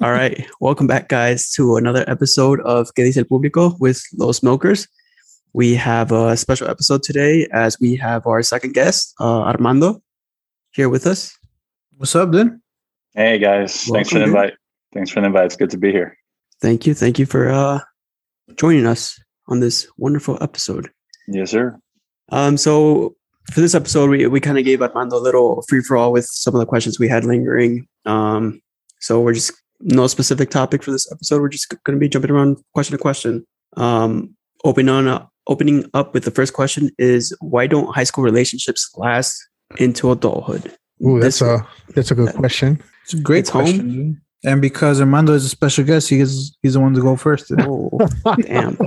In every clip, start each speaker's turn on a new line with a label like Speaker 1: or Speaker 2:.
Speaker 1: All right. Welcome back, guys, to another episode of Que Dice el Público with Los Smokers. We have a special episode today as we have our second guest, uh, Armando, here with us.
Speaker 2: What's up, dude?
Speaker 3: Hey guys, thanks for
Speaker 1: Welcome,
Speaker 3: the
Speaker 1: dude.
Speaker 3: invite. Thanks for the invite. It's good to be here.
Speaker 1: Thank you. Thank you for uh, joining us on this wonderful episode.
Speaker 3: Yes, sir.
Speaker 1: Um, so for this episode, we, we kind of gave Armando a little free for all with some of the questions we had lingering. Um, so we're just no specific topic for this episode. We're just going to be jumping around question to question. Um, opening on uh, opening up with the first question is why don't high school relationships last into adulthood?
Speaker 4: Ooh, that's
Speaker 1: This-
Speaker 4: a that's a good question.
Speaker 2: It's a great
Speaker 1: It's home.
Speaker 2: question. dude. And because Armando is a special guest, he is he's the one to go first. dude.
Speaker 1: oh, damn!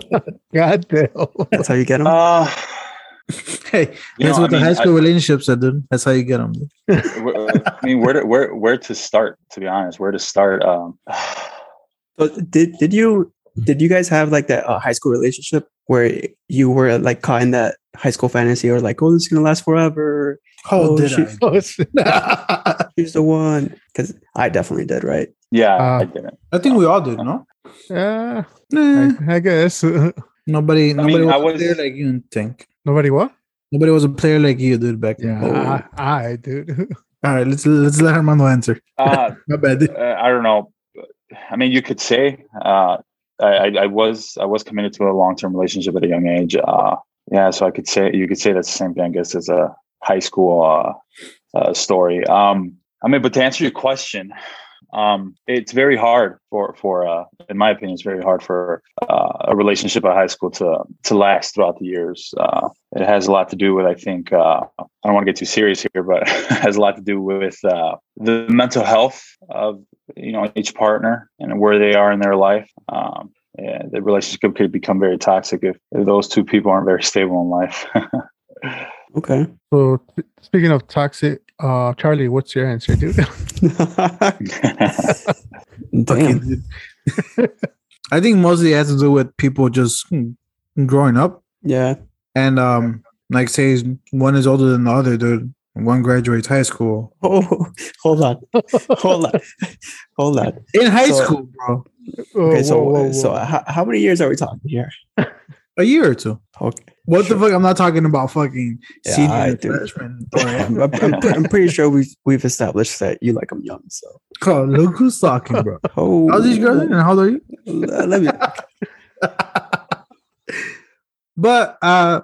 Speaker 4: God damn.
Speaker 1: That's how you get them.
Speaker 3: Uh,
Speaker 2: hey,
Speaker 3: you
Speaker 2: Mm-hmm. that's
Speaker 3: know,
Speaker 2: what
Speaker 3: I
Speaker 2: the
Speaker 3: mean,
Speaker 2: high school relationships are, dude. That's how you get them. Dude.
Speaker 3: I, where- uh, I mean, where to, where where to start? To be honest, where to start? Um,
Speaker 1: But did did you did you guys have like that uh, high school relationship where you were like caught in that high school fantasy or like oh this is gonna last forever Oh,
Speaker 2: did
Speaker 1: shit.
Speaker 2: I?
Speaker 4: Oh, it's-
Speaker 1: She's the one. Because I definitely did, right?
Speaker 3: yeah,
Speaker 4: Uh,
Speaker 3: I didn't.
Speaker 2: I think we all did, no?
Speaker 4: yeah,
Speaker 2: Nah,
Speaker 4: I, I guess Uh,
Speaker 2: nobody, nobody
Speaker 3: mean,
Speaker 2: was,
Speaker 3: I
Speaker 2: a
Speaker 3: was-
Speaker 2: player like you. didn't Think
Speaker 4: nobody what?
Speaker 2: nobody was a player like you, dude. Back then.
Speaker 4: Yeah, I, I dude.
Speaker 2: All right, let's let's let Armando answer.
Speaker 3: Uh,
Speaker 2: My bad. dude.
Speaker 3: uh, I don't know. I mean, you could say uh, I, I I was I was committed to a long term relationship at a young age. Uh, yeah, so I could say you could say that's the same thing. I guess as a high school uh, uh, story. Um, I mean, but to answer your question, um, it's very hard for for uh, in my opinion, it's very hard for uh, a relationship at high school to to last throughout the years. Uh, it has a lot to do with I think uh, I don't want to get too serious here, but it has a lot to do with uh, the mental health of you know each partner and where they are in their life. Um, yeah, the relationship could become very toxic if, if those two people aren't very stable in life.
Speaker 1: Okay.
Speaker 4: So t- speaking of toxic, uh, Charlie, what's your answer, dude?
Speaker 2: Okay,
Speaker 1: Damn.
Speaker 2: dude. I think mostly it has to do with people just hmm, growing up
Speaker 1: Yeah.
Speaker 2: and um, like say one is older than the other, dude. One graduates high school.
Speaker 1: Oh, hold on. Hold on. Hold on.
Speaker 2: In high
Speaker 1: So-
Speaker 2: school, bro.
Speaker 4: Whoa,
Speaker 1: Okay. So,
Speaker 4: Oh, whoa, whoa,
Speaker 1: so
Speaker 4: whoa.
Speaker 1: how, how many years are we talking here?
Speaker 2: A year or two.
Speaker 1: Okay.
Speaker 2: What
Speaker 1: Sure.
Speaker 2: the fuck? I'm not talking about fucking
Speaker 1: Yeah,
Speaker 2: senior
Speaker 1: I
Speaker 2: and
Speaker 1: do.
Speaker 2: freshman. bro.
Speaker 1: I'm, I'm, pre- I'm pretty sure we've we've established that you like them young. So,
Speaker 2: Bro, Look who's talking, bro.
Speaker 1: oh,
Speaker 2: How's these girls and how old are you?
Speaker 1: Let me.
Speaker 2: But uh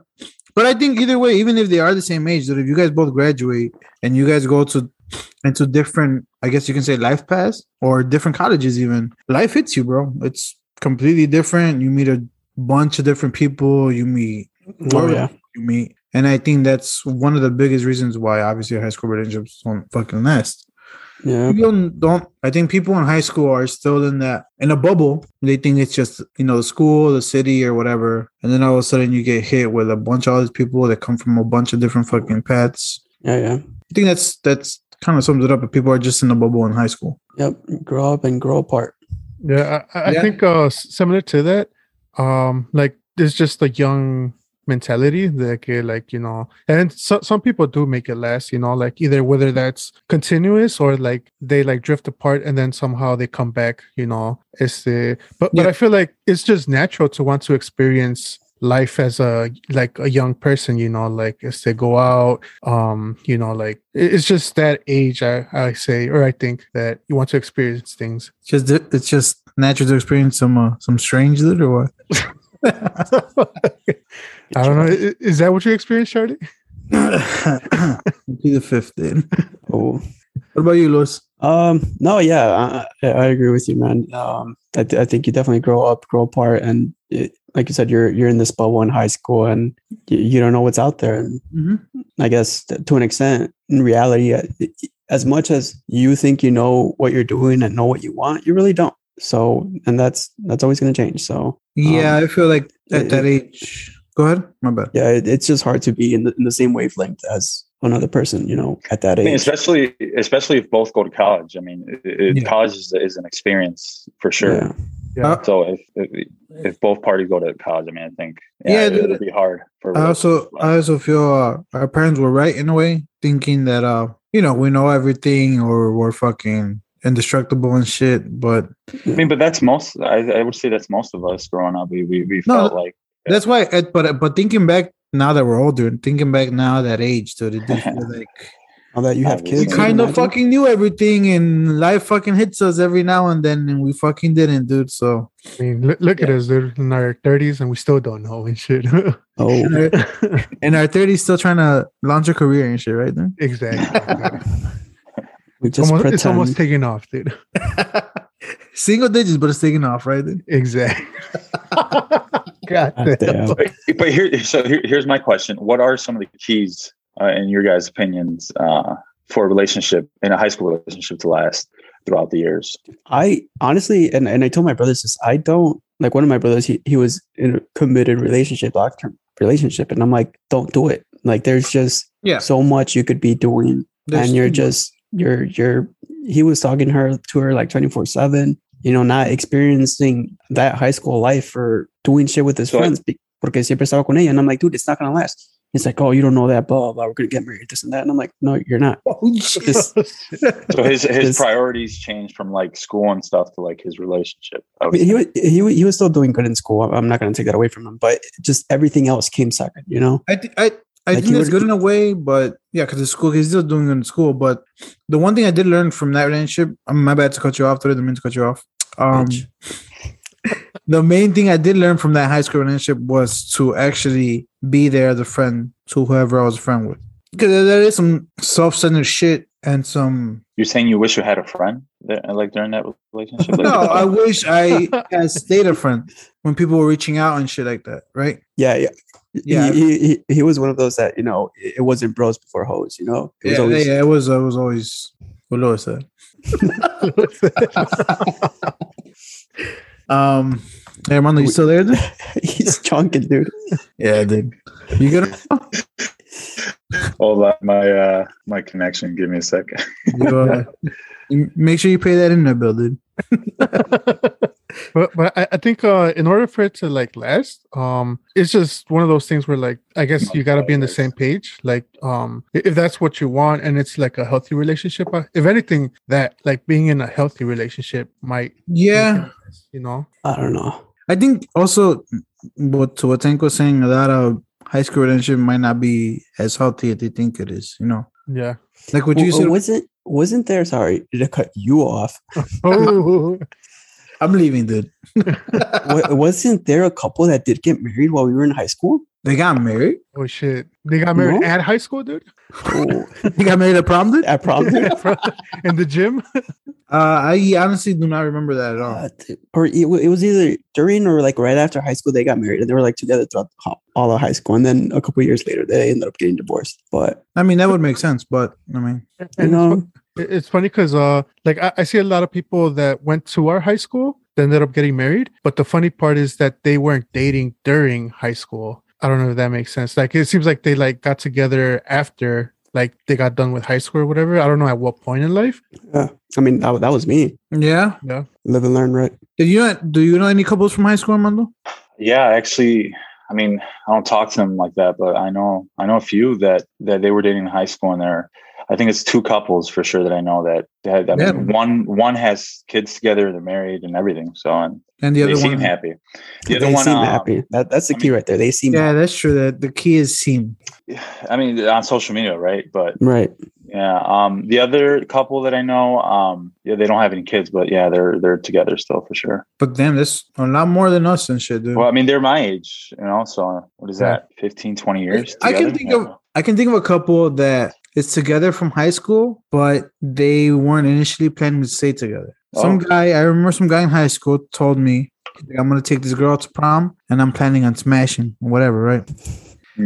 Speaker 2: but I think either way, even if they are the same age, that if you guys both graduate and you guys go to into different, I guess you can say life paths or different colleges, even life hits you, bro. It's completely different. You meet a bunch of different people. You meet
Speaker 1: Oh,
Speaker 2: Or-
Speaker 1: yeah.
Speaker 2: you meet, and I think that's one of the biggest reasons why obviously high school relationships don't fucking last.
Speaker 1: Yeah.
Speaker 2: people don't i think people in high school are still in that in a bubble they think it's just you know the school the city or whatever and then all of a sudden you get hit with a bunch of all these people that come from a bunch of different fucking paths
Speaker 1: Yeah. Yeah.
Speaker 2: i think that's that's kind of sums it up but people are just in a bubble in high school
Speaker 1: Yep. Grow up and grow apart.
Speaker 4: yeah, I, I I
Speaker 2: Yeah.
Speaker 4: think uh, s- similar to that. Um, like there's just the young mentality that can, like you know, and so, some people do make it last. You know, like either whether that's continuous or like they like drift apart and then somehow they come back. You know, it's the but but
Speaker 2: Yeah.
Speaker 4: I feel like it's just natural to want to experience life as a like a young person you know like as they go out um you know like it- it's just that age i i say or i think that you want to experience things
Speaker 2: it's just it's just natural to experience some uh, some strange lit or what
Speaker 4: I don't know. i- Is that what you experienced, Charlie?
Speaker 2: be the fifth dude.
Speaker 1: Oh.
Speaker 2: what about you Louis?
Speaker 1: Um, no, yeah, I, I I agree with you, man. Um, I, th- I think you definitely grow up, grow apart, and it, like you said, you're you're in this bubble in high school, and you, you don't know what's out there. And I guess t- to an extent, in reality, uh, it- as much as you think you know what you're doing and know what you want, you really don't. So, and that's that's always going to change. So,
Speaker 2: yeah
Speaker 1: Um,
Speaker 2: i feel like at
Speaker 1: it-
Speaker 2: that age go ahead my bad
Speaker 1: yeah, it, it's just hard to be in the, in the same wavelength as another person, you know, at that
Speaker 3: I mean,
Speaker 1: age.
Speaker 3: especially especially if both go to college. I mean, it, it,
Speaker 2: Yeah.
Speaker 3: college is, is an experience for sure.
Speaker 1: Yeah.
Speaker 2: Uh,
Speaker 3: So if, if if both parties go to college, I mean, I think
Speaker 2: Yeah,
Speaker 3: yeah, it,
Speaker 2: dude.
Speaker 3: would be hard. For
Speaker 2: I also
Speaker 3: relationships.
Speaker 2: I also feel uh, our parents were right in a way, thinking that uh you know we know everything or we're fucking indestructible and shit. But
Speaker 3: I mean, but that's most. I, I would say that's most of us growing up. We we, we
Speaker 2: No,
Speaker 3: felt like
Speaker 2: that's why. It, but uh, but thinking back now that we're older, and thinking back now that age, dude, it did feel like
Speaker 1: Now that you have
Speaker 3: We
Speaker 1: kids,
Speaker 2: we
Speaker 1: can
Speaker 2: kind of
Speaker 1: imagine?
Speaker 2: fucking knew everything, and life fucking hits us every now and then, and we fucking didn't, dude. So
Speaker 4: I mean, look, look at us. They're in our 30s and we still don't know and shit.
Speaker 1: Oh,
Speaker 2: in our thirties, still trying to launch a career and shit, right? Then
Speaker 4: exactly.
Speaker 1: we just
Speaker 4: almost,
Speaker 1: pretend.
Speaker 4: it's almost taking off, dude.
Speaker 2: single digits, but it's taking off, right? Then
Speaker 4: Exactly. God
Speaker 1: God
Speaker 4: damn.
Speaker 1: damn.
Speaker 3: but here so here, here's my question what are some of the keys uh, in your guys opinions uh, for a relationship in a high school relationship to last throughout the years
Speaker 1: I honestly, and, and I told my brothers this, I don't like one of my brothers, he, he was in a committed relationship, long term relationship. And I'm like, don't do it. Like there's just
Speaker 2: Yeah.
Speaker 1: so much you could be doing. and you're just, you're, you're, he was talking to her to her like 24 seven, you know, not experiencing that high school life or doing shit with his
Speaker 3: So I-
Speaker 1: friends be- porque siempre estaba con ella. And I'm like, dude, it's not going to last. He's like, oh, you don't know that, blah, blah, blah. We're going to get married, this and that. And I'm like, no, you're not.
Speaker 2: oh,
Speaker 1: This-
Speaker 3: so his his
Speaker 1: This-
Speaker 3: priorities changed from like school and stuff to like his relationship I
Speaker 1: I
Speaker 3: would
Speaker 1: mean, he
Speaker 3: say.
Speaker 1: was he, wa- he was still doing good in school. I'm- I'm not going to take that away from him, but just everything else came second, you know.
Speaker 2: I, th- I, I
Speaker 1: Like,
Speaker 2: think
Speaker 1: you
Speaker 2: it's
Speaker 1: would-
Speaker 2: good in a way, but yeah, because the school, he's still doing it in school. But the one thing I did learn from that relationship, um, my bad to cut you off, didn't mean to cut you off. Um,
Speaker 1: Bitch.
Speaker 2: the main thing I did learn from that high school relationship was to actually be there as a friend to whoever I was a friend with. Because there is some self centered shit and some.
Speaker 3: you're saying you wish you had a friend that, like during that relationship Like,
Speaker 2: No, "Oh, I wish I had stayed a friend when people were reaching out and shit like that, right?
Speaker 1: Yeah, yeah,
Speaker 2: Yeah.
Speaker 1: He, he, he, he was one of those that you know it it wasn't bros before hoes, you know. It was
Speaker 2: yeah,
Speaker 1: always
Speaker 2: yeah, it was. It was always what Lois said. um, hey, Armando, you still there? dude?
Speaker 1: he's chunking, dude.
Speaker 2: Yeah, dude. You gonna?
Speaker 3: hold on my uh my connection give me a second
Speaker 2: You, uh, you make sure you pay that internet bill, dude.
Speaker 4: but but I, I think uh, in order for it to like last, um, it's just one of those things where like I guess you gotta be on the same page. Like um, i- if that's what you want, and it's like a healthy relationship. uh, If anything, that like being in a healthy relationship might,
Speaker 2: Yeah,
Speaker 4: you know,
Speaker 1: I don't know.
Speaker 2: I think also what to what Tank was saying, a lot of high school relationship might not be as healthy as they think it is. You know,
Speaker 4: yeah.
Speaker 2: like what you
Speaker 1: W-
Speaker 2: said.
Speaker 1: wasn't wasn't there? Sorry to cut you off.
Speaker 4: Oh,
Speaker 2: I'm leaving, dude.
Speaker 1: Wa- wasn't there a couple that did get married while we were in high school?
Speaker 2: They got married.
Speaker 4: oh shit! They got married
Speaker 1: No?
Speaker 4: at high school, dude.
Speaker 1: Oh,
Speaker 2: They got married at prom, dude.
Speaker 1: I probably.
Speaker 4: in the gym.
Speaker 2: Uh, I honestly do not remember that at all.
Speaker 1: Uh, th- or it, wa- it was either during or like right after high school they got married and they were like together throughout ho- all of high school and then a couple years later they ended up getting divorced but
Speaker 2: I mean, that would make sense, but I mean,
Speaker 1: you
Speaker 4: And
Speaker 1: know
Speaker 4: It- It's funny because uh, like I, I see a lot of people that went to our high school that ended up getting married. But the funny part is that they weren't dating during high school. I don't know if that makes sense. Like it seems like they like got together after like they got done with high school or whatever. I don't know at what point in life.
Speaker 1: i mean that, that was me
Speaker 2: yeah.
Speaker 1: live and learn right
Speaker 2: Do you know, do you know any couples from high school, Armando?
Speaker 3: yeah actually i mean i don't talk to them like that but i know i know a few that that they were dating in high school and they're i think it's two couples for sure that i know that that I mean,
Speaker 2: Yeah.
Speaker 3: one one has kids together they're married and everything so and
Speaker 2: And the
Speaker 3: they
Speaker 2: other
Speaker 3: seem
Speaker 2: one?
Speaker 3: happy the other
Speaker 1: they
Speaker 3: one
Speaker 1: seem
Speaker 3: um,
Speaker 1: happy that, that's the
Speaker 3: I
Speaker 1: key right there they seem
Speaker 2: Yeah, that's true. That the key is seem.
Speaker 3: i mean on social media right but
Speaker 1: right
Speaker 3: yeah um the other couple that i know um yeah they don't have any kids but yeah they're they're together still for sure
Speaker 2: But damn, that's a lot more than us and shit, dude.
Speaker 3: well i mean they're my age you know so what is that 15 20 years
Speaker 2: I can
Speaker 3: together?
Speaker 2: think
Speaker 3: Yeah.
Speaker 2: of I can think of a couple that is together from high school, but they weren't initially planning to stay together. Some
Speaker 3: Oh.
Speaker 2: guy, I remember some guy in high school told me, "I'm gonna take this girl to prom, and I'm planning on smashing whatever." Right?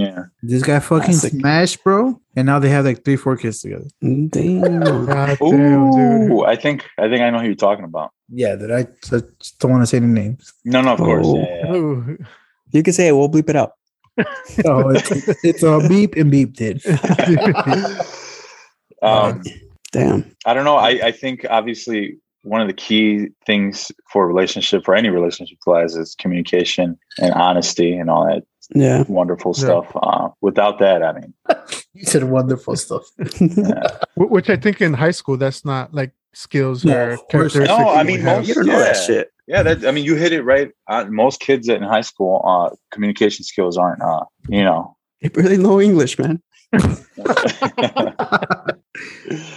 Speaker 3: yeah
Speaker 2: This guy fucking
Speaker 1: Classic.
Speaker 2: smashed, bro, and now they have like three, four kids together.
Speaker 1: damn
Speaker 4: God damn, dude.
Speaker 3: Ooh, I think I think I know who you're talking about.
Speaker 2: Yeah, that I, I just don't want to say any names.
Speaker 3: No, no, of course.
Speaker 1: Oh.
Speaker 3: Yeah, yeah, yeah.
Speaker 4: Ooh.
Speaker 1: you can say it we'll bleep it out
Speaker 2: So it's, it's all beep and beep, dude.
Speaker 3: Um,
Speaker 1: damn
Speaker 3: I don't know. I, I think obviously one of the key things for a relationship, for any relationship class, is communication and honesty and all that
Speaker 1: yeah
Speaker 3: wonderful
Speaker 4: Yeah.
Speaker 3: stuff. Uh, without that, I mean,
Speaker 2: You said wonderful stuff.
Speaker 3: yeah.
Speaker 4: Wh- Which I think in high school that's not like skills
Speaker 1: Yeah,
Speaker 4: or
Speaker 1: of course.
Speaker 4: characteristics.
Speaker 3: No, I
Speaker 4: you
Speaker 3: mean,
Speaker 4: have.
Speaker 3: most-
Speaker 1: You don't know that
Speaker 3: Yeah.
Speaker 1: shit.
Speaker 3: Yeah, that I mean, you hit it right. Uh, most kids in high school, uh, communication skills aren't, uh, you know.
Speaker 1: They barely know English, man.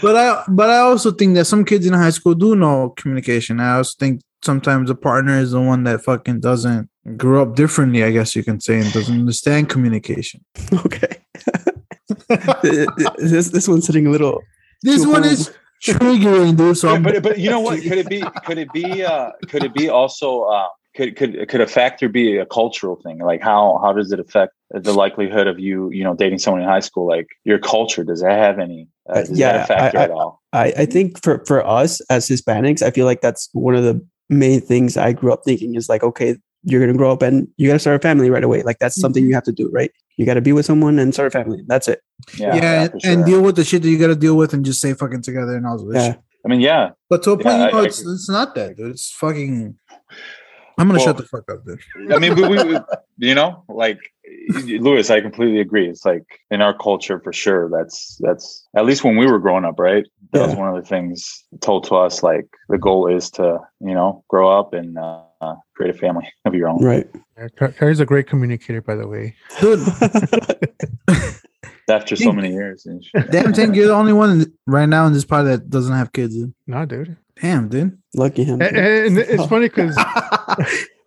Speaker 2: But I but I also think that some kids in high school do know communication. I also think sometimes the partner is the one that fucking doesn't grow up differently, I guess you can say, and doesn't understand communication.
Speaker 1: Okay. this this one's sitting a little.
Speaker 2: This
Speaker 1: Too
Speaker 2: one
Speaker 1: old.
Speaker 2: is triggering, dude. So
Speaker 3: but,
Speaker 2: I'm,
Speaker 3: but but you know what? Could it be? Could it be? Uh, could it be also? Uh, could could could a factor be a cultural thing? Like how how does it affect the likelihood of you you know dating someone in high school? Like your culture, does that have any? Uh,
Speaker 1: Uh,
Speaker 3: does
Speaker 1: yeah,
Speaker 3: that a factor
Speaker 1: I- I-
Speaker 3: at all?
Speaker 1: I I think for for us as Hispanics, I feel like that's one of the main things I grew up thinking is like, okay, you're gonna grow up and you gotta start a family right away. Like that's something you have to do, right? You gotta be with someone and start a family. That's it.
Speaker 2: yeah,
Speaker 3: for
Speaker 2: and,
Speaker 3: sure.
Speaker 2: and deal with the shit that you got to deal with, and just stay fucking together and all this.
Speaker 1: Yeah.
Speaker 2: shit.
Speaker 3: I mean, yeah,
Speaker 2: But to a point,
Speaker 3: Yeah,
Speaker 2: you know,
Speaker 3: I- I
Speaker 2: it's,
Speaker 3: agree.
Speaker 2: it's not that, dude. It's fucking. I'm gonna
Speaker 3: Well-
Speaker 2: shut the fuck up, dude.
Speaker 3: I mean, we, we, you know, like Lewis, I completely agree. It's like in our culture for sure. That's that's at least when we were growing up, right? That was
Speaker 1: Yeah.
Speaker 3: one of the things told to us. Like the goal is to you know grow up and uh, uh, create a family of your own.
Speaker 1: Right.
Speaker 4: Yeah, Car- Carrie's a great communicator, by the way.
Speaker 2: Dude,
Speaker 3: After so many years, and shit.
Speaker 2: damn, thing, you're the only one in- right now in this pod that doesn't have kids. Dude.
Speaker 4: No, dude.
Speaker 2: Damn, dude.
Speaker 1: Lucky him.
Speaker 4: And, and it's funny because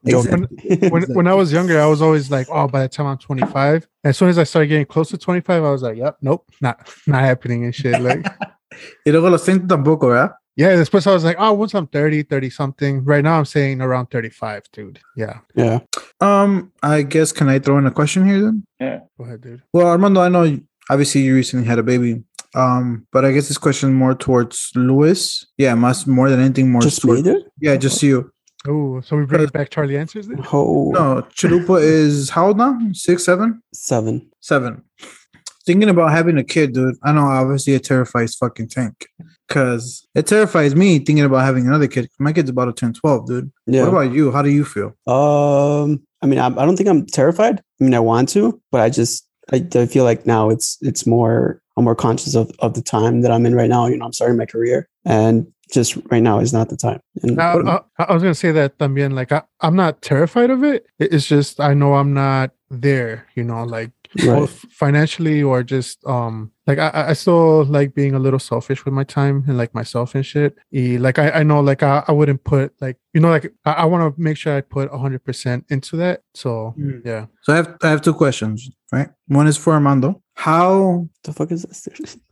Speaker 1: Joking.
Speaker 4: when, when I was younger, I was always like, oh, by the time I'm 25. As soon as I started getting close to 25, I was like, yep, nope, not not happening and shit. Like,
Speaker 2: Y luego los 30 tampoco, ¿verdad?
Speaker 4: yeah, this person, I was like, oh, once I'm 30, 30 something. Right now, I'm saying around 35, dude. Yeah,
Speaker 1: yeah.
Speaker 2: Um, I guess can I throw in a question here then?
Speaker 4: go ahead, dude.
Speaker 2: Well, Armando, I know you- obviously you recently had a baby. Um, but I guess this question more towards Lewis. Yeah, must more than anything more
Speaker 1: Just me,
Speaker 2: toward-
Speaker 1: dude.
Speaker 2: Yeah, just you.
Speaker 4: Oh, so we bring back Charlie Answers then?
Speaker 1: Oh,
Speaker 2: No, Chalupa is how old now? Six, seven?
Speaker 1: seven.
Speaker 2: Seven. Thinking about having a kid, dude. I know obviously it terrifies fucking Tank. Cause it terrifies me thinking about having another kid. My kid's about to turn 12, dude.
Speaker 1: Yeah.
Speaker 2: What about you? How do you feel?
Speaker 1: Um, I mean, I, I don't think I'm terrified. I mean, I want to, but I just I, I feel like now it's it's more I'm more conscious of of the time that I'm in right now. You know, I'm starting my career, and just right now is not the time. And
Speaker 4: Now, uh, I, I was gonna say that también. Like, I, I'm not terrified of it. It- It's just I know I'm not there. You know, like
Speaker 1: Right.
Speaker 4: both financially or just um, like I- I, I still like being a little selfish with my time and like myself and shit. Y, like I, I know like I, I wouldn't put like you know like I, I want to make sure I put 100 percent into that. So
Speaker 2: Hmm.
Speaker 4: yeah,
Speaker 2: So I have I have two questions, right? One is for Armando. How
Speaker 1: the fuck is this?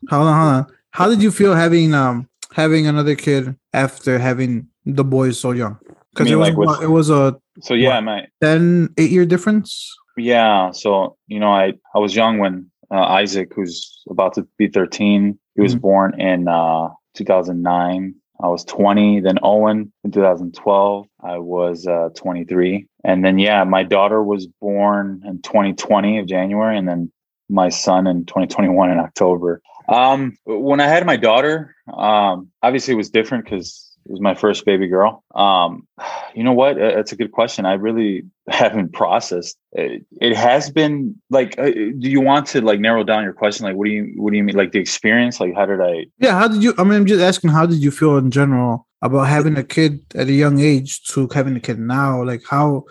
Speaker 2: hold on, hold on. How did you feel having um having another kid after having the boys so young? Because
Speaker 3: You
Speaker 2: it
Speaker 3: mean
Speaker 2: was
Speaker 3: like with-
Speaker 2: it was a
Speaker 3: So yeah, my
Speaker 2: 10, 8 year difference.
Speaker 3: yeah. So you know, I I was young when uh, Isaac, who's about to be 13, he was
Speaker 2: Mhm.
Speaker 3: born in uh, 2009. I was 20. Then Owen in 2012. I was uh, 23. And then yeah, my daughter was born in 2020 of January, and then my son in 2021 in October. Um, when I had my daughter, um, obviously it was different because it was my first baby girl. Um, you know what? Uh, That's a good question. I really haven't processed. It, it has been like, uh, do you want to like narrow down your question? Like, what do you what do you mean? Like the experience? Like, how did I?
Speaker 2: Yeah, how did you I mean I'm just asking how did you feel in general about having a kid at a young age to having a kid now? Like how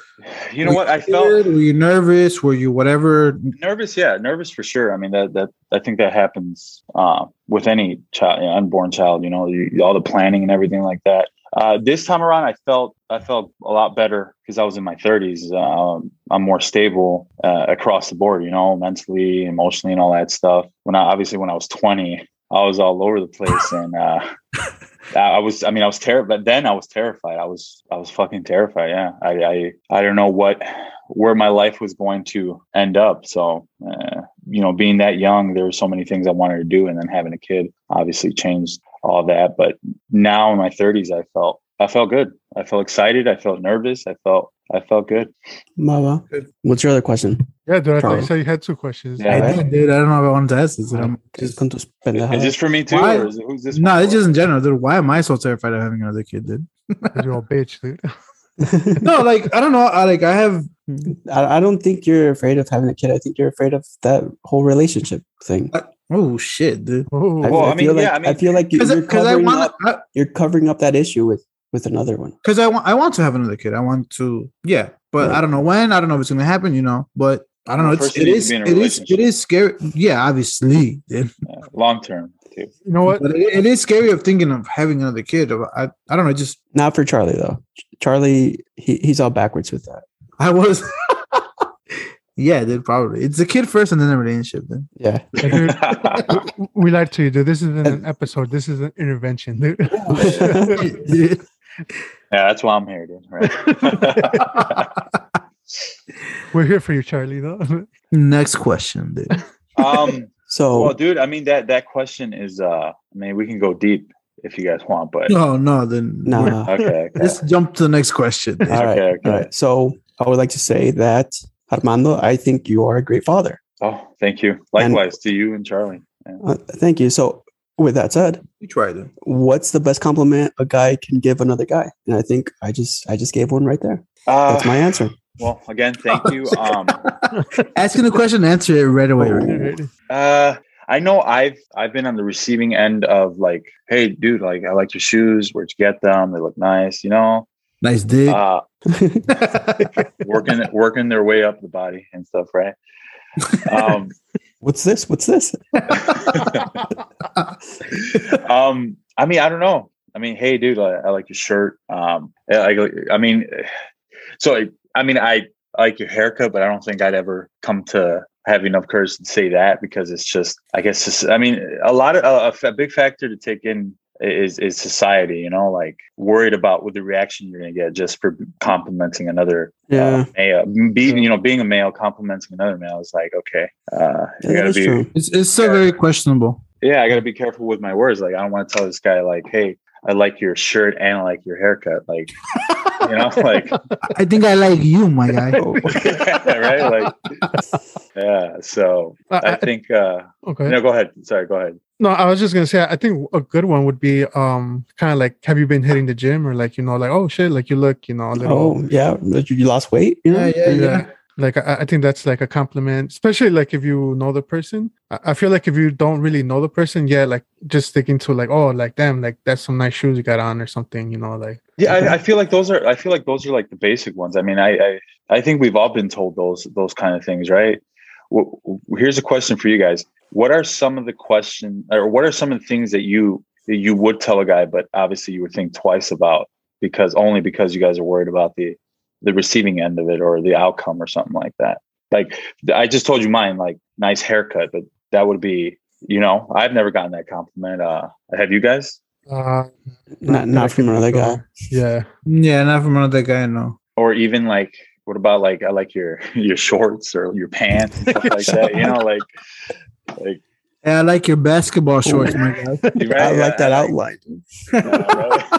Speaker 3: You know
Speaker 2: were
Speaker 3: what? I
Speaker 2: scared?
Speaker 3: felt
Speaker 2: were you nervous? Were you whatever?
Speaker 3: nervous. Yeah, nervous for sure. I mean, that that I think that happens uh, with any child, you know, unborn child. You know, you, all the planning and everything like that. Uh, this time around, I felt I felt a lot better because I was in my 30s. Um, I'm more stable uh, across the board, you know, mentally, emotionally, and all that stuff. When I obviously when I was 20, I was all over the place, and uh, I I was I mean I was terrified. Then I was terrified. I was I was fucking terrified. Yeah, I I, I don't know what where my life was going to end up. So uh, you know, being that young, there were so many things I wanted to do, and then having a kid obviously changed all that. But now in my 30s i felt i felt good i felt excited i felt nervous i felt i felt good
Speaker 1: Mama, what's your other question?
Speaker 4: yeah, dude. I thought you
Speaker 1: Probably.
Speaker 4: said you had two questions.
Speaker 3: Yeah,
Speaker 2: I
Speaker 1: right.
Speaker 2: did, dude. I don't know if I wanted to ask this. I'm
Speaker 1: Just
Speaker 2: just-
Speaker 1: con tus
Speaker 3: is
Speaker 1: pendejadas.
Speaker 3: this for me too
Speaker 2: Why-
Speaker 3: or is it, who's this
Speaker 2: no,
Speaker 3: for?
Speaker 2: it's just in general, dude. Why am I so terrified of having another kid, dude?
Speaker 4: You're a bitch, dude.
Speaker 2: no, like I don't know. I like I have
Speaker 1: I, I don't think you're afraid of having a kid. I think you're afraid of that whole relationship thing.
Speaker 2: Oh shit, dude.
Speaker 4: Oh,
Speaker 1: I,
Speaker 3: Well,
Speaker 1: I
Speaker 3: I mean,
Speaker 1: feel like
Speaker 3: yeah, I mean-
Speaker 1: I feel like you-
Speaker 2: Because
Speaker 1: you're
Speaker 2: I
Speaker 1: covering
Speaker 2: want
Speaker 1: up you're covering up that issue with with another one.
Speaker 2: because I want I want to have another kid. I want to yeah, but
Speaker 1: Right.
Speaker 2: I don't know when. I don't know if it's gonna happen. You know, but I don't know.
Speaker 3: Well,
Speaker 2: It's,
Speaker 3: first
Speaker 2: it
Speaker 3: you need to
Speaker 2: is
Speaker 3: be in a
Speaker 2: it is it
Speaker 3: relationship.
Speaker 2: is scary. Yeah, obviously, dude.
Speaker 3: Yeah, long term too.
Speaker 4: you know what?
Speaker 2: but it, it is scary of thinking of having another kid. I I don't know. Just
Speaker 1: Not for Charlie though. Charlie, he, he's all backwards with that.
Speaker 2: I was. yeah, dude. Probably it's the kid first and then the relationship. Then
Speaker 1: Yeah,
Speaker 4: Like, dude, w- we lied to you, dude. This isn't an episode. This is an intervention, dude.
Speaker 3: Yeah, that's why I'm here, dude. Right.
Speaker 4: We're here for you, Charlie. Though.
Speaker 2: Next question, dude.
Speaker 3: um,
Speaker 1: so
Speaker 3: well, dude, I mean that that question is. uh I mean, we can go deep if you guys want, but
Speaker 2: No, no. Then
Speaker 1: nah.
Speaker 3: okay, okay,
Speaker 2: Let's jump to the next question. dude.
Speaker 1: All right,
Speaker 3: okay, okay.
Speaker 1: all right. So I would like to say that Armando, I think you are a great father.
Speaker 3: Oh, thank you. Likewise to you and Charlie. Yeah.
Speaker 1: Uh, thank you. So with that said,
Speaker 2: You tried it.
Speaker 1: what's the best compliment a guy can give another guy? And I think I just I just gave one right there.
Speaker 3: Uh,
Speaker 1: That's my answer.
Speaker 3: Well, again, thank you. Um,
Speaker 2: Asking a question, answer it right away.
Speaker 1: Oh.
Speaker 2: right?
Speaker 3: uh, I know I've I've been on the receiving end of like, hey, dude, like I like your shoes. Where'd you get them? They look nice, you know.
Speaker 2: Nice dick.
Speaker 3: Uh, working working their way up the body and stuff, right? Um,
Speaker 1: What's this? What's this?
Speaker 3: um, I mean, I don't know. I mean, hey, dude, I, I like your shirt. Um, I, I- I mean, so I, I mean, I like your haircut, but I don't think I'd ever come to have enough courage to say that because it's just, I guess, it's, I mean, a lot of a, f- a big factor to take in is is society. You know, like worried about what the reaction you're going to get just for complimenting another
Speaker 1: Yeah,
Speaker 3: uh, male. Being, you know, being a male complimenting another male is like okay, uh,
Speaker 1: yeah
Speaker 3: you got to
Speaker 1: that's
Speaker 3: be
Speaker 1: true.
Speaker 2: It's, it's still very questionable.
Speaker 3: yeah, I got to be careful with my words. Like, I don't want to tell this guy, like, hey, I like your shirt and I like your haircut. Like, you know, like,
Speaker 2: I think I like you, my guy.
Speaker 3: right? Like, yeah. So I think, uh,
Speaker 4: okay.
Speaker 3: no, go ahead. Sorry, go ahead.
Speaker 4: No, I was just gonna say I think a good one would be um kind of like have you been hitting the gym or like you know like oh shit like you look you know a little
Speaker 1: Oh yeah, you you lost weight. You know?
Speaker 2: Yeah, yeah, yeah.
Speaker 4: like I, I think that's like a compliment especially like if you know the person I, I feel like if you don't really know the person yeah like just sticking to like oh like damn like that's some nice shoes you got on or something you know like
Speaker 3: Yeah, I, I feel like those are. I feel like those are like the basic ones. I mean, I, I, I think we've all been told those those kind of things, right? W- w- here's a question for you guys: What are some of the question, or what are some of the things that you that you would tell a guy, but obviously you would think twice about because only because you guys are worried about the the receiving end of it or the outcome or something like that. Like I just told you mine, like nice haircut, but that would be, you know, I've never gotten that compliment. Uh, have you guys?
Speaker 4: uh,
Speaker 1: Not not from another guy.
Speaker 4: yeah
Speaker 2: Yeah, not from another guy, no.
Speaker 3: or even like what about like I like your your shorts or your pants and stuff like that. You know, like like
Speaker 2: Yeah, I like your basketball shorts, my guy.
Speaker 3: you
Speaker 1: I
Speaker 3: right,
Speaker 1: like that
Speaker 3: I
Speaker 1: outline.
Speaker 3: like-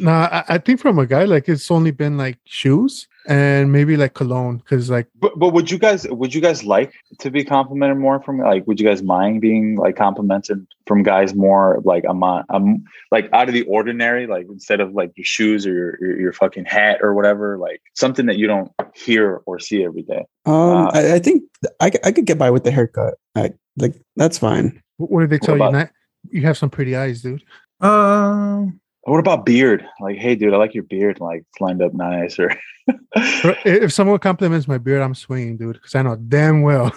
Speaker 4: no I, I think from a guy like it's only been like shoes and maybe like cologne because like
Speaker 3: but but would you guys would you guys like to be complimented more from like would you guys mind being like complimented from guys more like I'm on I'm like out of the ordinary like instead of like your shoes or your your, your fucking hat or whatever like something that you don't hear or see every day.
Speaker 1: Um,
Speaker 3: Uh,
Speaker 1: I, I think I, c- I could get by with the haircut. I, like that's fine.
Speaker 4: wh- what did they tell you
Speaker 3: about-
Speaker 4: Not, you have some pretty eyes dude
Speaker 2: Um,
Speaker 3: What about beard? Like, hey, dude, I like your beard. Like, it's lined up nice. Or
Speaker 4: Bro, i- if someone compliments my beard, I'm swinging, dude, because I know damn well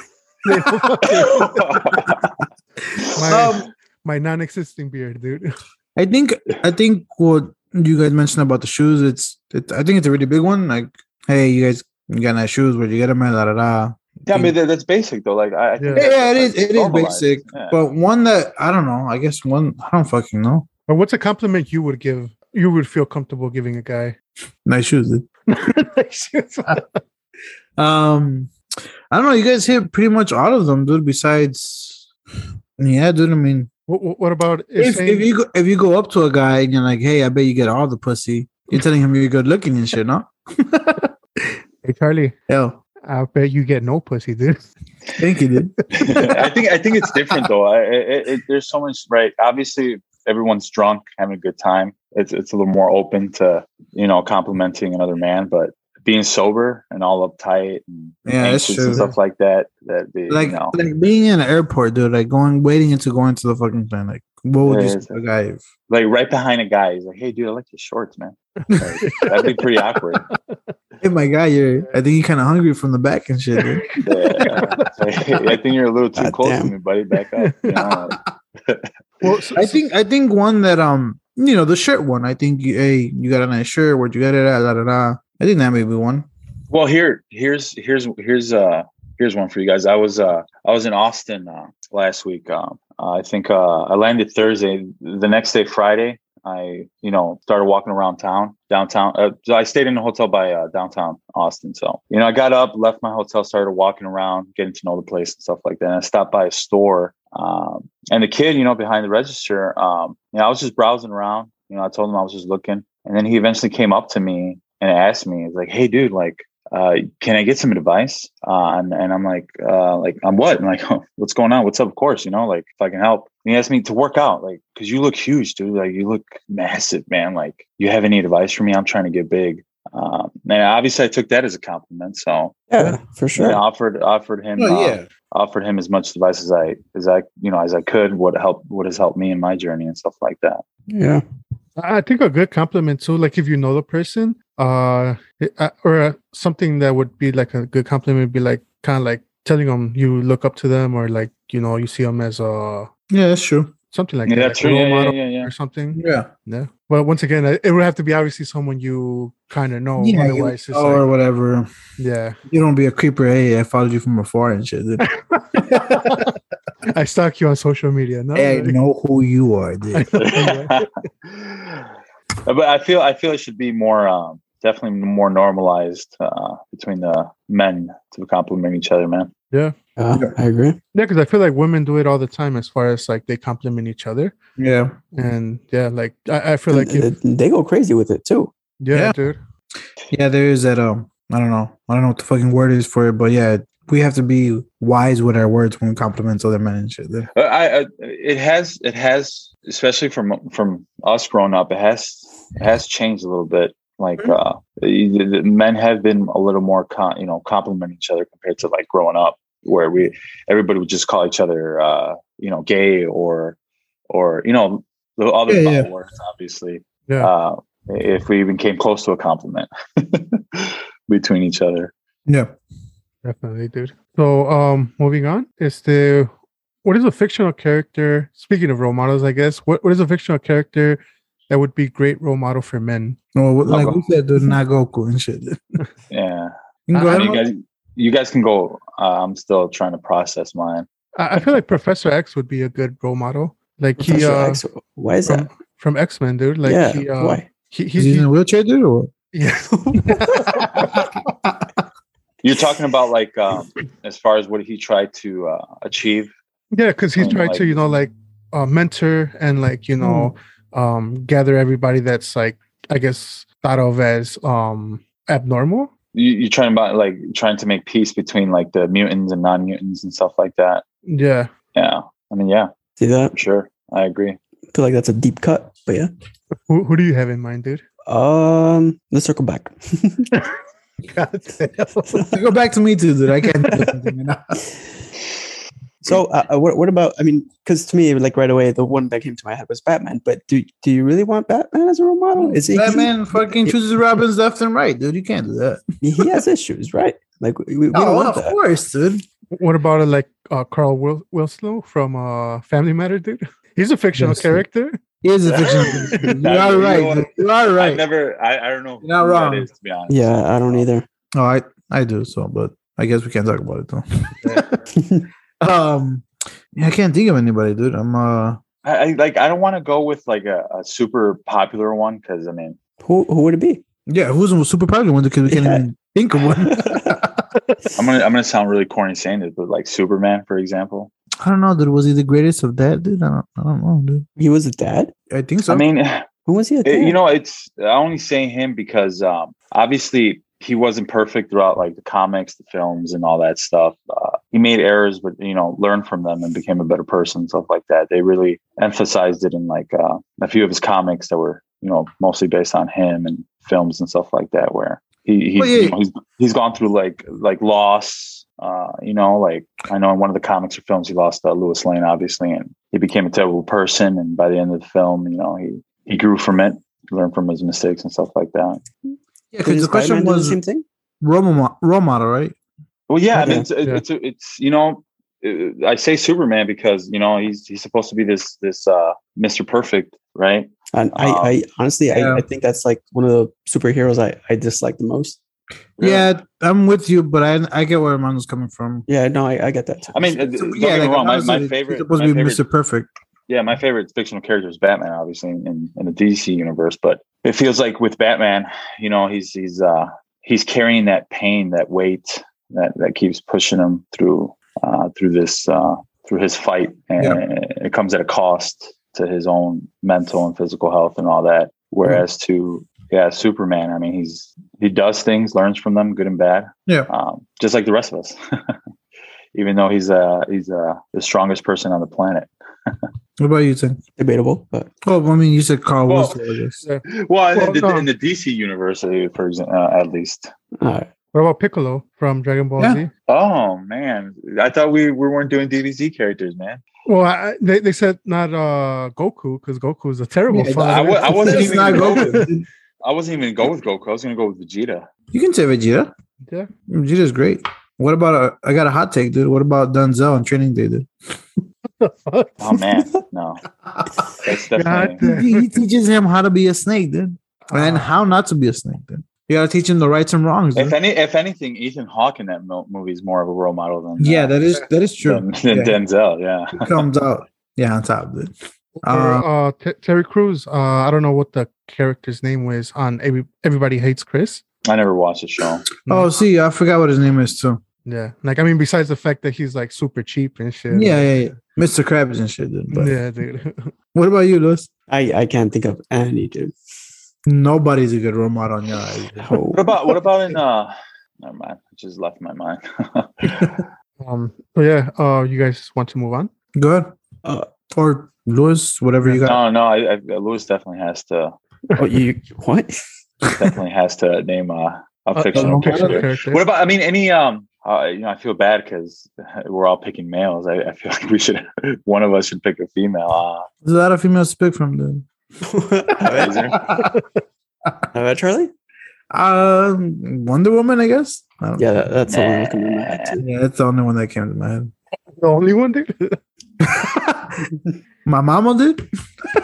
Speaker 4: my,
Speaker 2: um,
Speaker 4: my non-existing beard, dude.
Speaker 2: I think I think what you guys mentioned about the shoes, it's it, I think it's a really big one. Like, hey, you guys you got nice shoes, where you get them at, la la la.
Speaker 3: Yeah, I mean that, that's basic though. Like I, I think
Speaker 4: Yeah.
Speaker 3: that's-
Speaker 2: Yeah, yeah, it
Speaker 3: that's
Speaker 2: is- it is
Speaker 3: normalized.
Speaker 2: basic,
Speaker 3: Yeah.
Speaker 2: But one that I don't know, I guess one I don't fucking know.
Speaker 4: But what's a compliment you would give? You would feel comfortable giving a guy.
Speaker 2: Nice shoes. Dude.
Speaker 4: I
Speaker 2: Um, I don't know. You guys hit pretty much all of them, dude. Besides, yeah, dude. I mean,
Speaker 4: What, what about if,
Speaker 2: if, if
Speaker 4: saying,
Speaker 2: you go, if you go up to a guy and you're like, "Hey, I bet you get all the pussy," you're telling him you're good looking and shit, no?
Speaker 4: hey Charlie?
Speaker 2: Yo,
Speaker 4: I bet you get no pussy, dude.
Speaker 2: thank you, dude.
Speaker 3: I think I think it's different though. I, it, it- it, there's so much right. Obviously, everyone's drunk, having a good time. It's it's a little more open to you know complimenting another man, but being sober and all uptight and
Speaker 2: Yeah, that's
Speaker 3: anxious
Speaker 2: true.
Speaker 3: and stuff like that. That they,
Speaker 2: like
Speaker 3: you know,
Speaker 2: like being in an airport, dude. Like going, waiting to go into the fucking plane. Like, what would
Speaker 3: Yeah,
Speaker 2: you
Speaker 3: it's-
Speaker 2: say to a guy? If,
Speaker 3: like right behind a guy, he's like, "Hey, dude, I like your shorts, man." Like, that'd be pretty awkward.
Speaker 2: hey, my guy, you're. I think you're kind of hungry from the back and shit. Dude.
Speaker 3: Yeah. It's like, "Hey, I think you're a little too
Speaker 1: God
Speaker 3: close
Speaker 1: damn.
Speaker 3: to me, buddy. Back up. You know,
Speaker 4: Well, so,
Speaker 2: I think I think one that um you know the shirt one. I think you, hey you got a nice shirt. Where'd you get it at? Da, da, da. I think that may be one.
Speaker 3: Well, here, here's, here's, here's, uh, here's one for you guys. I was, uh, I was in Austin uh, last week. Um, I think uh, I landed Thursday. The next day, Friday, I, you know, started walking around town, downtown. Uh, so I stayed in a hotel by uh, downtown Austin. So, you know, I got up, left my hotel, started walking around, getting to know the place and stuff like that. And I stopped by a store. Um, and the kid, you know, behind the register, um, you know, I was just browsing around. You know, I told him I was just looking. And then he eventually came up to me and asked me, he's like, hey, dude, like, uh, can I get some advice? Uh, and, and I'm like, uh, like on what? And like, what's going on? What's up? Of course, you know, like if I can help. And he asked me to work out, like, cause you look huge, dude. Like you look massive, man. Like you have any advice for me? I'm trying to get big. Um, and obviously I took that as a compliment. So
Speaker 1: Yeah, for
Speaker 3: I
Speaker 1: sure.
Speaker 3: offered, offered him,
Speaker 2: Oh,
Speaker 3: uh, offered him as much advice as I, as I, you know, as I could, what helped, what has helped me in my journey and stuff like that.
Speaker 1: Yeah.
Speaker 4: I think a good compliment too, like if you know the person, uh, it- uh, or uh, something that would be like a good compliment would be like kind of like telling them you look up to them or like you know you see them as a
Speaker 2: Yeah, that's true.
Speaker 4: something like
Speaker 3: yeah,
Speaker 4: that,
Speaker 3: that's
Speaker 4: like a
Speaker 3: true.
Speaker 4: role
Speaker 3: Yeah, yeah,
Speaker 4: model
Speaker 3: yeah, yeah.
Speaker 4: or something.
Speaker 2: Yeah,
Speaker 4: Yeah. But once again, uh, it would have to be obviously someone you kind of know.
Speaker 2: yeah, you-
Speaker 4: Otherwise, it's
Speaker 2: or
Speaker 4: like,
Speaker 2: whatever.
Speaker 4: yeah.
Speaker 2: You don't be a creeper. Hey, I followed you from afar and shit. Dude.
Speaker 4: I stalk you on social media. No,
Speaker 2: hey, I
Speaker 4: like-
Speaker 2: know who you are, dude.
Speaker 3: but I feel I feel it should be more um, definitely more normalized uh, between the men to compliment each other, man.
Speaker 1: Uh, I agree.
Speaker 4: Yeah, because I feel like women do it all the time as far as like they compliment each other.
Speaker 2: yeah,
Speaker 4: And yeah, like I, I feel like,
Speaker 1: And,
Speaker 4: if,
Speaker 1: uh, they go crazy with it too.
Speaker 4: yeah,
Speaker 2: yeah.
Speaker 4: dude.
Speaker 2: yeah. There is that. Um, I don't know. I don't know what the fucking word is for it, but yeah, we have to be wise with our words when we compliment other men and shit. dude.
Speaker 3: Uh, I, I it has it has especially from from us growing up, it has it has changed a little bit. Like uh, the- the men have been a little more con- you know complimenting each other compared to like growing up, where we everybody would just call each other uh, you know gay or or you know the other
Speaker 2: Yeah, yeah.
Speaker 3: vowel words obviously.
Speaker 4: Yeah.
Speaker 3: Uh, if we even came close to a compliment between each other.
Speaker 2: Yeah.
Speaker 4: Definitely, dude. So, um, moving on is the what is a fictional character? Speaking of role models, I guess what, what is a fictional character that would be great role model for men?
Speaker 2: No, like
Speaker 3: go.
Speaker 2: we said, dude, not Goku and shit. dude.
Speaker 3: Yeah,
Speaker 2: You can
Speaker 4: I
Speaker 2: go ahead.
Speaker 3: you
Speaker 2: Mark.
Speaker 3: guys, you guys can go. Uh, I'm still trying to process mine.
Speaker 4: I, I feel like Professor X would be a good role model. Like he
Speaker 1: Professor
Speaker 4: uh,
Speaker 1: X, why is
Speaker 4: from,
Speaker 1: that?
Speaker 4: from X Men, dude. Like
Speaker 1: yeah.
Speaker 4: he, uh,
Speaker 1: why?
Speaker 4: he, he,
Speaker 2: Is he in a wheelchair, dude? Or what?
Speaker 4: he- yeah.
Speaker 3: You're talking about like um, as far as what he tried to uh, achieve.
Speaker 4: Yeah, because he
Speaker 3: and,
Speaker 4: tried to,
Speaker 3: like-
Speaker 4: you know, like uh, mentor and like, you know,
Speaker 1: Hmm.
Speaker 4: um, gather everybody that's like, I guess, thought of as um abnormal.
Speaker 3: You, you're trying about like trying to make peace between like the mutants and non-mutants and stuff like that.
Speaker 4: Yeah.
Speaker 3: Yeah, I mean, yeah,
Speaker 1: See that?
Speaker 3: for sure, I agree.
Speaker 1: I feel like that's a deep cut, but yeah.
Speaker 4: Who, who do you have in mind, dude?
Speaker 1: Um, let's circle back.
Speaker 2: Go back to me too, dude. I can't. do something, you know?
Speaker 1: So, uh, uh, what, what about? I mean, because to me, like right away, the one that came to my head was Batman. But do do you really want Batman as a role model? Is it
Speaker 2: that man fucking chooses Robins left and right, dude. You can't do that.
Speaker 1: He, he has issues, right? Like we, we don't
Speaker 2: Oh,
Speaker 1: want
Speaker 2: of
Speaker 1: that.
Speaker 2: course, dude.
Speaker 4: What about uh, like uh, Carl Wil- Wilson from uh, Family Matter, dude? He's a fictional
Speaker 2: Yes.
Speaker 4: character.
Speaker 2: He is a fictional. dude. you
Speaker 3: That-
Speaker 2: are
Speaker 3: you know
Speaker 2: right.
Speaker 3: what?
Speaker 2: dude. You are
Speaker 3: I
Speaker 2: right.
Speaker 3: never. I, I don't know.
Speaker 2: You're not
Speaker 3: who
Speaker 2: wrong.
Speaker 3: That is, to be honest.
Speaker 1: Yeah, I don't either.
Speaker 2: Oh, I I do so, but I guess we can't talk about it though. um, yeah, I can't think of anybody, dude. I'm uh,
Speaker 3: I, I like. I don't want to go with like a, a super popular one because I mean,
Speaker 1: Who who would it be?
Speaker 2: yeah. Who's a super popular one? Because we can't
Speaker 1: Yeah.
Speaker 2: even think of one.
Speaker 3: I'm gonna I'm gonna sound really corny saying this, but like Superman, for example.
Speaker 2: I don't know, dude. Was he the greatest of that, dude? I don't, I don't know, dude.
Speaker 1: He was a dad.
Speaker 2: I think so.
Speaker 3: I mean.
Speaker 1: Who was he? A
Speaker 3: It-
Speaker 1: dad?
Speaker 3: Eh, you know, it's I only say him because um, obviously he wasn't perfect throughout like the comics, the films, and all that stuff. Uh, he made errors, but you know, learned from them and became a better person, stuff like that. They really emphasized it in like uh, a few of his comics that were you know mostly based on him and films and stuff like that. Where He, he
Speaker 2: Well, yeah.
Speaker 3: you know, he's he's gone through like like loss. Uh, you know, like I know in one of the comics or films, he lost uh, Lewis Lane, obviously, and he became a terrible person. And by the end of the film, you know, he he grew from it, learned from his mistakes and stuff like that.
Speaker 2: Yeah, because the question
Speaker 1: Spider-Man do
Speaker 2: was
Speaker 1: the same thing.
Speaker 2: role mo- role model, right?
Speaker 3: Well, yeah, I mean,
Speaker 1: Yeah,
Speaker 3: it's, it-
Speaker 4: yeah.
Speaker 3: it's it's you know, uh, I say Superman because you know he's he's supposed to be this this uh Mister Perfect, right?
Speaker 1: And I,
Speaker 3: Um,
Speaker 1: I honestly,
Speaker 2: yeah.
Speaker 1: I, I think that's like one of the superheroes I, I dislike the most.
Speaker 2: Yeah. I'm with you, but I I get where Armando's coming from.
Speaker 1: Yeah, no, I, I get that. Too.
Speaker 3: I mean, uh,
Speaker 2: So,
Speaker 3: don't get me
Speaker 2: like,
Speaker 3: wrong. My,
Speaker 2: honestly,
Speaker 3: my
Speaker 2: he's
Speaker 3: favorite,
Speaker 2: supposed
Speaker 3: my
Speaker 2: to be
Speaker 3: favorite-
Speaker 2: Mr. Perfect.
Speaker 3: yeah, my favorite fictional character is Batman, obviously, in, in the DC universe. But it feels like with Batman, you know, he's he's uh he's carrying that pain, that weight that that keeps pushing him through uh through this uh through his fight, and
Speaker 2: Yeah.
Speaker 3: it comes at a cost to his own mental and physical health and all that. Whereas to yeah, Superman, I mean, he's he does things, learns from them, good and bad.
Speaker 2: Yeah.
Speaker 3: um, just like the rest of us. Even though he's uh he's uh the strongest person on the planet.
Speaker 2: What about you, Tim?
Speaker 1: debatable, but
Speaker 2: Oh, I mean, you said Carl
Speaker 3: Well,
Speaker 2: Wilson. I guess.
Speaker 3: Well,
Speaker 4: Well,
Speaker 3: in, the,
Speaker 4: no.
Speaker 3: in the DC universe, uh, for example, uh, at least.
Speaker 1: uh,
Speaker 4: What about Piccolo from Dragon Ball
Speaker 2: Yeah.
Speaker 4: Z?
Speaker 3: Oh man, I thought we, we weren't doing DBZ characters, man.
Speaker 4: Well, I, I- they, they said not uh Goku because Goku is a terrible
Speaker 2: Yeah,
Speaker 4: father.
Speaker 3: I wa- I wasn't
Speaker 2: It's
Speaker 3: even
Speaker 2: not
Speaker 3: gonna
Speaker 2: Goku.
Speaker 3: go I wasn't even gonna go with Goku. I was gonna go with Vegeta.
Speaker 2: You can say Vegeta.
Speaker 4: Yeah.
Speaker 2: Vegeta's great. What about uh, I got a hot take, dude? What about Denzel on Training Day, dude?
Speaker 3: Oh man, no, that's
Speaker 4: God
Speaker 3: definitely.
Speaker 4: damn.
Speaker 2: he, he teaches him how to be a snake, dude, and how not to be a snake, dude. You gotta teach him the rights and wrongs.
Speaker 3: If
Speaker 2: Dude.
Speaker 3: any, if anything, Ethan Hawke in that mo- movie is more of a role model than uh,
Speaker 2: Yeah, that is that is true.
Speaker 3: than, than
Speaker 2: Yeah.
Speaker 3: Denzel. Yeah,
Speaker 2: He comes out, yeah, on top, dude.
Speaker 4: Or, uh, T- Terry Crews. Uh, I don't know what the character's name was on Every- Everybody Hates Chris.
Speaker 3: I never watched the show.
Speaker 2: Oh, see, I forgot what his name is too.
Speaker 4: Yeah, like I mean, besides the fact that he's like super cheap and shit.
Speaker 2: Yeah, yeah, yeah. Mr. Krabs and shit, dude. But
Speaker 4: yeah, dude.
Speaker 2: what about you, Lewis?
Speaker 1: I, I can't think of any dude.
Speaker 2: Nobody's a good role model on your eyes. dude.
Speaker 1: Oh,
Speaker 3: What about what about in? uh Never mind, it just left my mind.
Speaker 4: um. but yeah. Uh, you guys want to move on?
Speaker 2: Go ahead,
Speaker 1: uh,
Speaker 2: or Lewis, whatever you got.
Speaker 3: no, no, I, I, Lewis definitely has to
Speaker 1: oh, you what?
Speaker 3: definitely has to name uh, a fictional
Speaker 4: Uh,
Speaker 3: character.
Speaker 4: character.
Speaker 3: What about? I mean, any um, uh, you know, I feel bad because we're all picking males. I, I feel like we should one of us should pick a female.
Speaker 2: There's a lot of females to pick from, dude.
Speaker 3: Uh, is there?
Speaker 1: Uh, Charlie?
Speaker 2: Um, Wonder Woman, I guess. I don't
Speaker 1: Yeah, that, that's the one I can remember. that too.
Speaker 2: yeah, that's the only one that came to my head.
Speaker 4: the only one, dude?
Speaker 2: my mama did.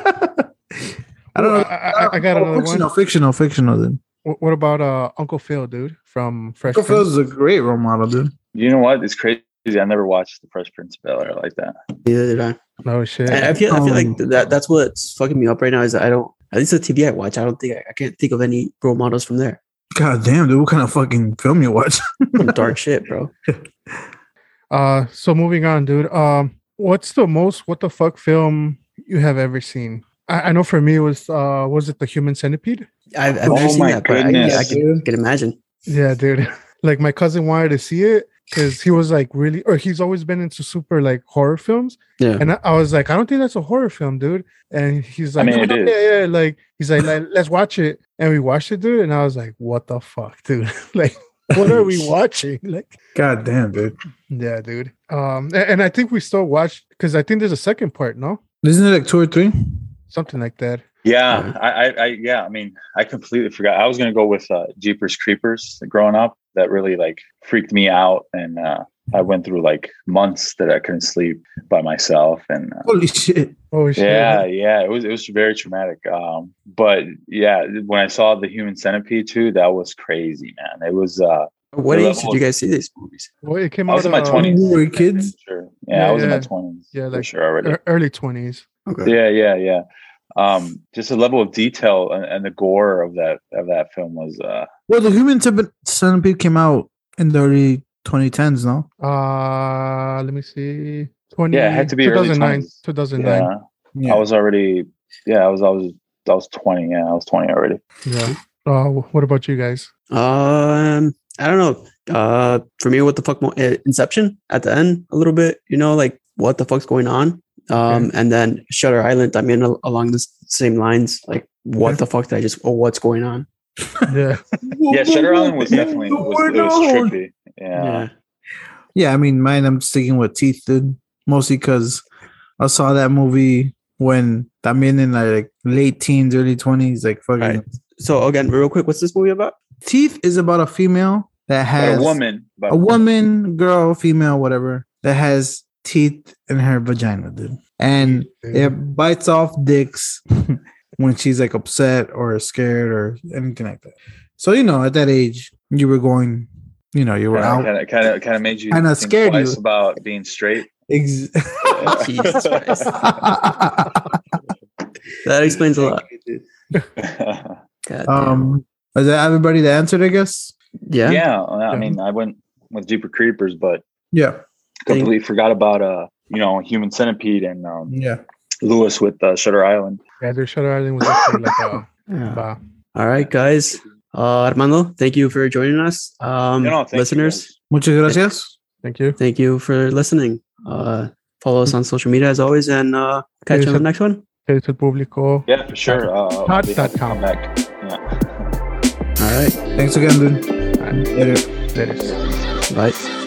Speaker 2: I don't know.
Speaker 4: I, I, I- I got
Speaker 2: Oh,
Speaker 4: another
Speaker 2: fictional,
Speaker 4: one.
Speaker 2: fictional, fictional, dude.
Speaker 4: Wh- What about uh Uncle Phil, dude, from Fresh
Speaker 2: Uncle Phil's
Speaker 4: Prince?
Speaker 2: is a great role model, dude.
Speaker 3: You know what? It's crazy. I never watched The Fresh Prince of Bel Air like that.
Speaker 1: Neither did I.
Speaker 4: No Oh, shit.
Speaker 1: I, I feel I feel like
Speaker 2: Um,
Speaker 1: that that's what's fucking me up right now is that I don't at least the TV I watch, I don't think I, I can't think of any role models from there.
Speaker 2: God damn, dude. What kind of fucking film you watch?
Speaker 1: Some dark shit, bro.
Speaker 4: Uh, so moving on, dude. Um, what's the most what the fuck film you have ever seen? I, I know for me it was uh, was it the Human Centipede?
Speaker 1: I've, I've
Speaker 3: Oh
Speaker 1: never seen
Speaker 3: my
Speaker 1: that, but I,
Speaker 3: goodness,
Speaker 1: yeah, I can, I can imagine.
Speaker 4: Yeah, dude. Like my cousin wanted to see it because he was like really, or he's always been into super like horror films.
Speaker 1: Yeah.
Speaker 4: And I, I was like, I don't think that's a horror film, dude. And he's
Speaker 3: I
Speaker 4: like,
Speaker 3: mean, it
Speaker 4: "No, no,
Speaker 3: is."
Speaker 4: yeah, yeah. Like he's like, "Let- let's watch it. And we watched it, dude. And I was like, what the fuck, dude? like, what are we watching? Like,
Speaker 2: God damn, dude.
Speaker 4: Yeah, dude. Um, a- and, I think we still watch because I think there's a second part, no,
Speaker 2: Isn't it like two or three?
Speaker 4: something like that.
Speaker 3: Yeah, I, I, I, yeah. I mean, I completely forgot. I was gonna go with uh, Jeepers Creepers. Growing up, that really like freaked me out, and uh, I went through like months that I couldn't sleep by myself, and uh,
Speaker 2: Holy shit.
Speaker 4: Oh shit!
Speaker 3: Yeah, yeah, it was it was very traumatic. Um, but yeah, when I saw the Human Centipede too, that was crazy, man. It was. Uh,
Speaker 1: At What
Speaker 3: The
Speaker 1: age did
Speaker 3: level
Speaker 1: you
Speaker 3: of-
Speaker 1: guys see these movies?
Speaker 4: Well, it came
Speaker 3: I was
Speaker 4: out
Speaker 3: in my
Speaker 4: uh,
Speaker 3: twenties.
Speaker 2: you were kids?
Speaker 3: Sure. Yeah, I was in my
Speaker 4: Yeah.
Speaker 3: twenties.
Speaker 4: Yeah,
Speaker 3: Yeah,
Speaker 4: like-
Speaker 3: for sure already.
Speaker 2: er,
Speaker 4: ear- early twenties.
Speaker 1: Okay.
Speaker 3: Yeah, yeah, yeah. Um, just the level of detail and, and the gore of that of that film was. Uh,
Speaker 2: Well, the human Centip- centipede came out in the early 2010s, no?
Speaker 4: Uh, let me see. Twenty.
Speaker 3: Yeah, it had to be early
Speaker 4: 2009.
Speaker 3: 20s.
Speaker 4: 2009.
Speaker 3: yeah,
Speaker 2: Yeah.
Speaker 3: I was already. Yeah, I was. I was. I was twenty. Yeah, I was twenty already.
Speaker 4: Yeah. Uh, wh- what about you guys?
Speaker 1: Um, I don't know. Uh, for me, what the fuck? Mo- uh, Inception at the end, a little bit. You know, like what the fuck's going on? Um, and then Shutter Island. I mean, al- along the s- same lines, like what
Speaker 4: Okay.
Speaker 1: the fuck did I just? Oh, what's going on?
Speaker 4: yeah.
Speaker 3: yeah, Shutter Island was definitely
Speaker 2: The
Speaker 3: was,
Speaker 2: word
Speaker 3: it was
Speaker 2: on.
Speaker 3: trippy. Yeah.
Speaker 1: Yeah.
Speaker 2: Yeah, I mean, mine. I'm sticking with teeth, dude. Mostly because I saw that movie when I'm in in like late teens, early twenties. Like fucking
Speaker 1: Right. So again, real quick, what's this movie about?
Speaker 2: teeth is about a female that
Speaker 3: But
Speaker 2: has
Speaker 3: a woman, but
Speaker 2: a woman, girl, female, whatever, that has teeth in her vagina, dude, and it bites off dicks when she's like upset or scared or anything like that. So you know, at that age, you were going, you know, you were out.
Speaker 3: kind of kind of kind of made you
Speaker 2: Kinda
Speaker 3: think
Speaker 2: scared
Speaker 3: twice
Speaker 2: you.
Speaker 3: about being straight.
Speaker 2: Ex-
Speaker 1: Jesus Christ. That explains a lot. God damn.
Speaker 2: Um, is that everybody that answered? I guess.
Speaker 1: yeah.
Speaker 3: yeah. I mean, I went with Jeeper Creepers, but
Speaker 2: Yeah.
Speaker 3: completely forgot about uh, you know, Human Centipede and um,
Speaker 2: Yeah.
Speaker 3: Lewis with uh, Shutter Island.
Speaker 4: Yeah, their Shutter Island was actually like a. uh,
Speaker 1: Yeah.
Speaker 4: about-
Speaker 1: All right, guys. Uh, Armando, thank you for joining us. Um,
Speaker 3: You know, thank you,
Speaker 1: listeners,
Speaker 3: guys.
Speaker 2: Muchas gracias.
Speaker 4: Thank you.
Speaker 1: thank you for listening. Uh, follow us on social media as always, and uh, catch you on the next one.
Speaker 4: Here's to Publico.
Speaker 3: Yeah, for sure. Uh, I'll be happy to
Speaker 4: Hot.com.
Speaker 3: come back. Yeah.
Speaker 1: All right,
Speaker 2: Thanks again, dude.
Speaker 4: And
Speaker 2: Later.
Speaker 4: that is.
Speaker 1: bye.
Speaker 3: Bye.